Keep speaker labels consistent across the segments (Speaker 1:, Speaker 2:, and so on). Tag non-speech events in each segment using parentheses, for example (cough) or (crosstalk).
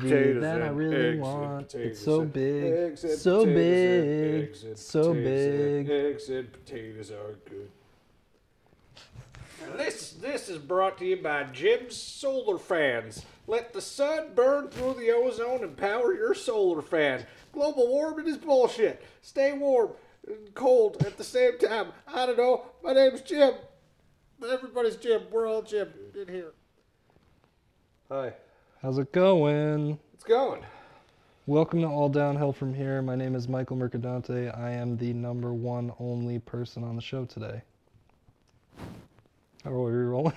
Speaker 1: potatoes
Speaker 2: that I
Speaker 1: and
Speaker 2: really
Speaker 1: eggs and
Speaker 2: want.
Speaker 1: potatoes
Speaker 2: It's so
Speaker 1: and
Speaker 2: big,
Speaker 1: eggs and
Speaker 2: so
Speaker 1: potatoes and
Speaker 2: big,
Speaker 1: eggs and
Speaker 2: so
Speaker 1: potatoes and
Speaker 2: big.
Speaker 1: Eggs and potatoes are good. This this is brought to you by Jim's Solar Fans. Let the sun burn through the ozone and power your solar fan. Global warming is bullshit. Stay warm and cold at the same time. I don't know. My name's Jim. Everybody's Jim. We're all Jim in here. Hi.
Speaker 2: How's it going?
Speaker 1: It's going.
Speaker 2: Welcome to All Downhill From Here. My name is Michael Mercadante. I am the number one only person on the show today. Are we
Speaker 1: (laughs)
Speaker 2: rolling?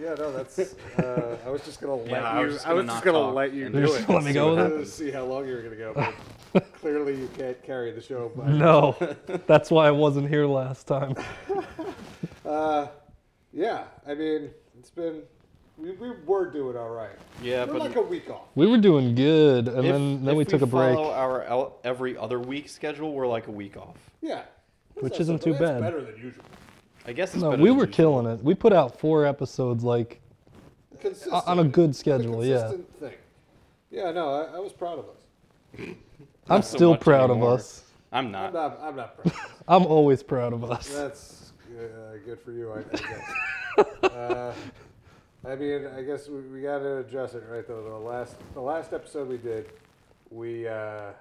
Speaker 1: Yeah, no, that's. Uh, I was just
Speaker 2: (laughs)
Speaker 1: gonna let
Speaker 3: Yeah, I
Speaker 1: you.
Speaker 3: was just
Speaker 1: I was
Speaker 3: gonna
Speaker 1: just
Speaker 3: not
Speaker 1: gonna
Speaker 3: talk
Speaker 1: let you
Speaker 3: and
Speaker 1: do
Speaker 2: just
Speaker 1: it.
Speaker 2: let me
Speaker 1: See
Speaker 2: go
Speaker 1: what
Speaker 2: with it?
Speaker 1: happens, See how long you were gonna go.
Speaker 2: (laughs)
Speaker 1: But clearly, you can't carry the show. But,
Speaker 2: No, that's why I wasn't here last time.
Speaker 1: Uh, yeah, I mean, it's been. We, we were doing all right.
Speaker 3: Yeah,
Speaker 1: we're
Speaker 3: but
Speaker 1: like a week off.
Speaker 2: We were doing good, and
Speaker 3: if,
Speaker 2: then,
Speaker 3: if
Speaker 2: then we took a break.
Speaker 3: follow our el- every other week schedule, we're like a week off.
Speaker 1: Yeah,
Speaker 2: Which
Speaker 1: That's-
Speaker 2: isn't
Speaker 1: that's
Speaker 2: too bad.
Speaker 1: Better than usual.
Speaker 3: I guess it's
Speaker 2: No,
Speaker 3: better
Speaker 2: we
Speaker 3: than
Speaker 2: were
Speaker 3: usual.
Speaker 2: killing it. We put out four episodes, like
Speaker 1: Consistent,
Speaker 2: on a good
Speaker 1: it's a
Speaker 2: schedule. Yeah,
Speaker 1: consistent Thing. Yeah, no, I, I was proud of us.
Speaker 2: I'm
Speaker 3: Not so
Speaker 2: still
Speaker 3: much
Speaker 2: proud
Speaker 3: anymore.
Speaker 2: of us.
Speaker 3: I'm
Speaker 1: I'm
Speaker 3: not.
Speaker 1: not. I'm not proud. Of us.
Speaker 2: I'm always proud of us.
Speaker 1: That's uh, good for you, I, I guess. uh, I mean, I guess we, we got to address it right though. The last the last episode we did, we uh,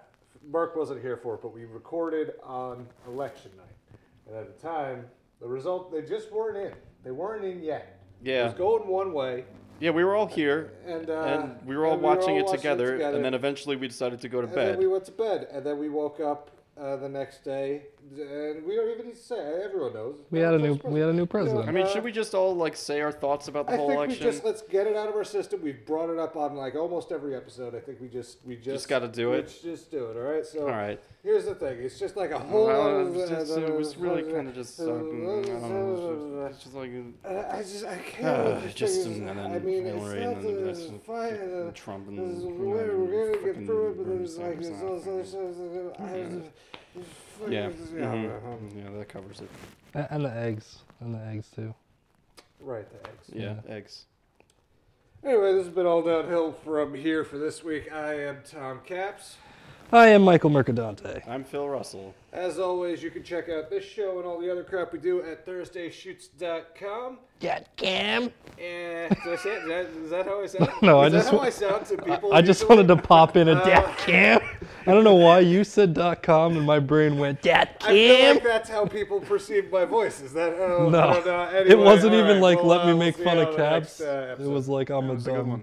Speaker 1: Mark wasn't here for it, but we recorded on election night, and at the time, the result they just weren't in. They weren't in yet. It
Speaker 3: Yeah,
Speaker 1: was going one way,
Speaker 3: yeah, we were all here,
Speaker 1: and uh,
Speaker 3: and we were all
Speaker 1: and
Speaker 3: watching it
Speaker 1: watching
Speaker 3: together, and then eventually we decided to go to
Speaker 1: and then
Speaker 3: bed.
Speaker 1: we went to bed, and then we woke up uh, the next day, and we don't even need to say. it. Everyone knows.
Speaker 2: We
Speaker 1: No
Speaker 2: had a
Speaker 1: one's
Speaker 2: new
Speaker 1: supposed
Speaker 2: we
Speaker 1: to-
Speaker 2: had a new
Speaker 3: I
Speaker 2: president.
Speaker 3: mean,
Speaker 1: uh,
Speaker 3: should we just all like say our thoughts about the
Speaker 1: I
Speaker 3: whole
Speaker 1: think
Speaker 3: election?
Speaker 1: we just let's get it out of our system. We've brought it up on like almost every episode. I think we just we just,
Speaker 3: gotta do it.
Speaker 1: Let's just do it. All right. So
Speaker 3: all right.
Speaker 1: here's the thing. It's just like a whole.
Speaker 3: Well,
Speaker 1: lot
Speaker 3: it
Speaker 1: of-
Speaker 3: was just- it was really kind of just. uh, I don't know, it's just- it's
Speaker 1: (laughs)
Speaker 3: just like uh,
Speaker 1: I I just I can't.
Speaker 3: Uh,
Speaker 1: with this
Speaker 3: just
Speaker 1: thing.
Speaker 3: and then
Speaker 1: I mean, it's
Speaker 3: Hillary
Speaker 1: not
Speaker 3: and then the
Speaker 1: the
Speaker 3: rest of
Speaker 1: fine. uh,
Speaker 3: Trump and
Speaker 1: This is
Speaker 3: you know,
Speaker 1: we're, we're gonna
Speaker 3: fucking
Speaker 1: get through it, but
Speaker 3: Bernie
Speaker 1: there's like
Speaker 3: Sanders,
Speaker 1: it's
Speaker 3: uh,
Speaker 1: also it's also- I
Speaker 3: Yeah.
Speaker 1: just- fucking-
Speaker 3: Yeah.
Speaker 1: um,
Speaker 3: mhm, Yeah, that covers it.
Speaker 2: A- And the eggs, and the eggs too.
Speaker 1: Right, the eggs.
Speaker 3: Yeah, eggs.
Speaker 1: Anyway, this has been all downhill from here for this week. I am Tom Caps.
Speaker 2: I am Michael Mercadante.
Speaker 3: I'm Phil Russell.
Speaker 1: As always, you can check out this show and all the other crap we do at ThursdayShoots.com.
Speaker 2: Got cam.
Speaker 1: And did I say it? Is that, is that how I sound?
Speaker 2: (laughs) No, I
Speaker 1: is that
Speaker 2: just
Speaker 1: how
Speaker 2: wa-
Speaker 1: I sound to
Speaker 2: (laughs)
Speaker 1: people?
Speaker 2: I just wanted to pop in a
Speaker 1: Uh,
Speaker 2: dat cam. I don't know why you said dot com and my brain went dat
Speaker 1: I feel
Speaker 2: cam.
Speaker 1: like that's how people perceive my voice. Is that how?
Speaker 2: No,
Speaker 1: I don't know. Anyway,
Speaker 2: it wasn't
Speaker 1: all
Speaker 2: even
Speaker 1: right,
Speaker 2: like
Speaker 1: well,
Speaker 2: let
Speaker 1: uh,
Speaker 2: me
Speaker 1: we'll
Speaker 2: make
Speaker 1: see
Speaker 2: fun
Speaker 1: you
Speaker 2: of
Speaker 1: on the next,
Speaker 2: caps.
Speaker 1: uh,
Speaker 2: it
Speaker 1: episode.
Speaker 2: was like I'm a
Speaker 3: was a good
Speaker 2: dumb
Speaker 3: one.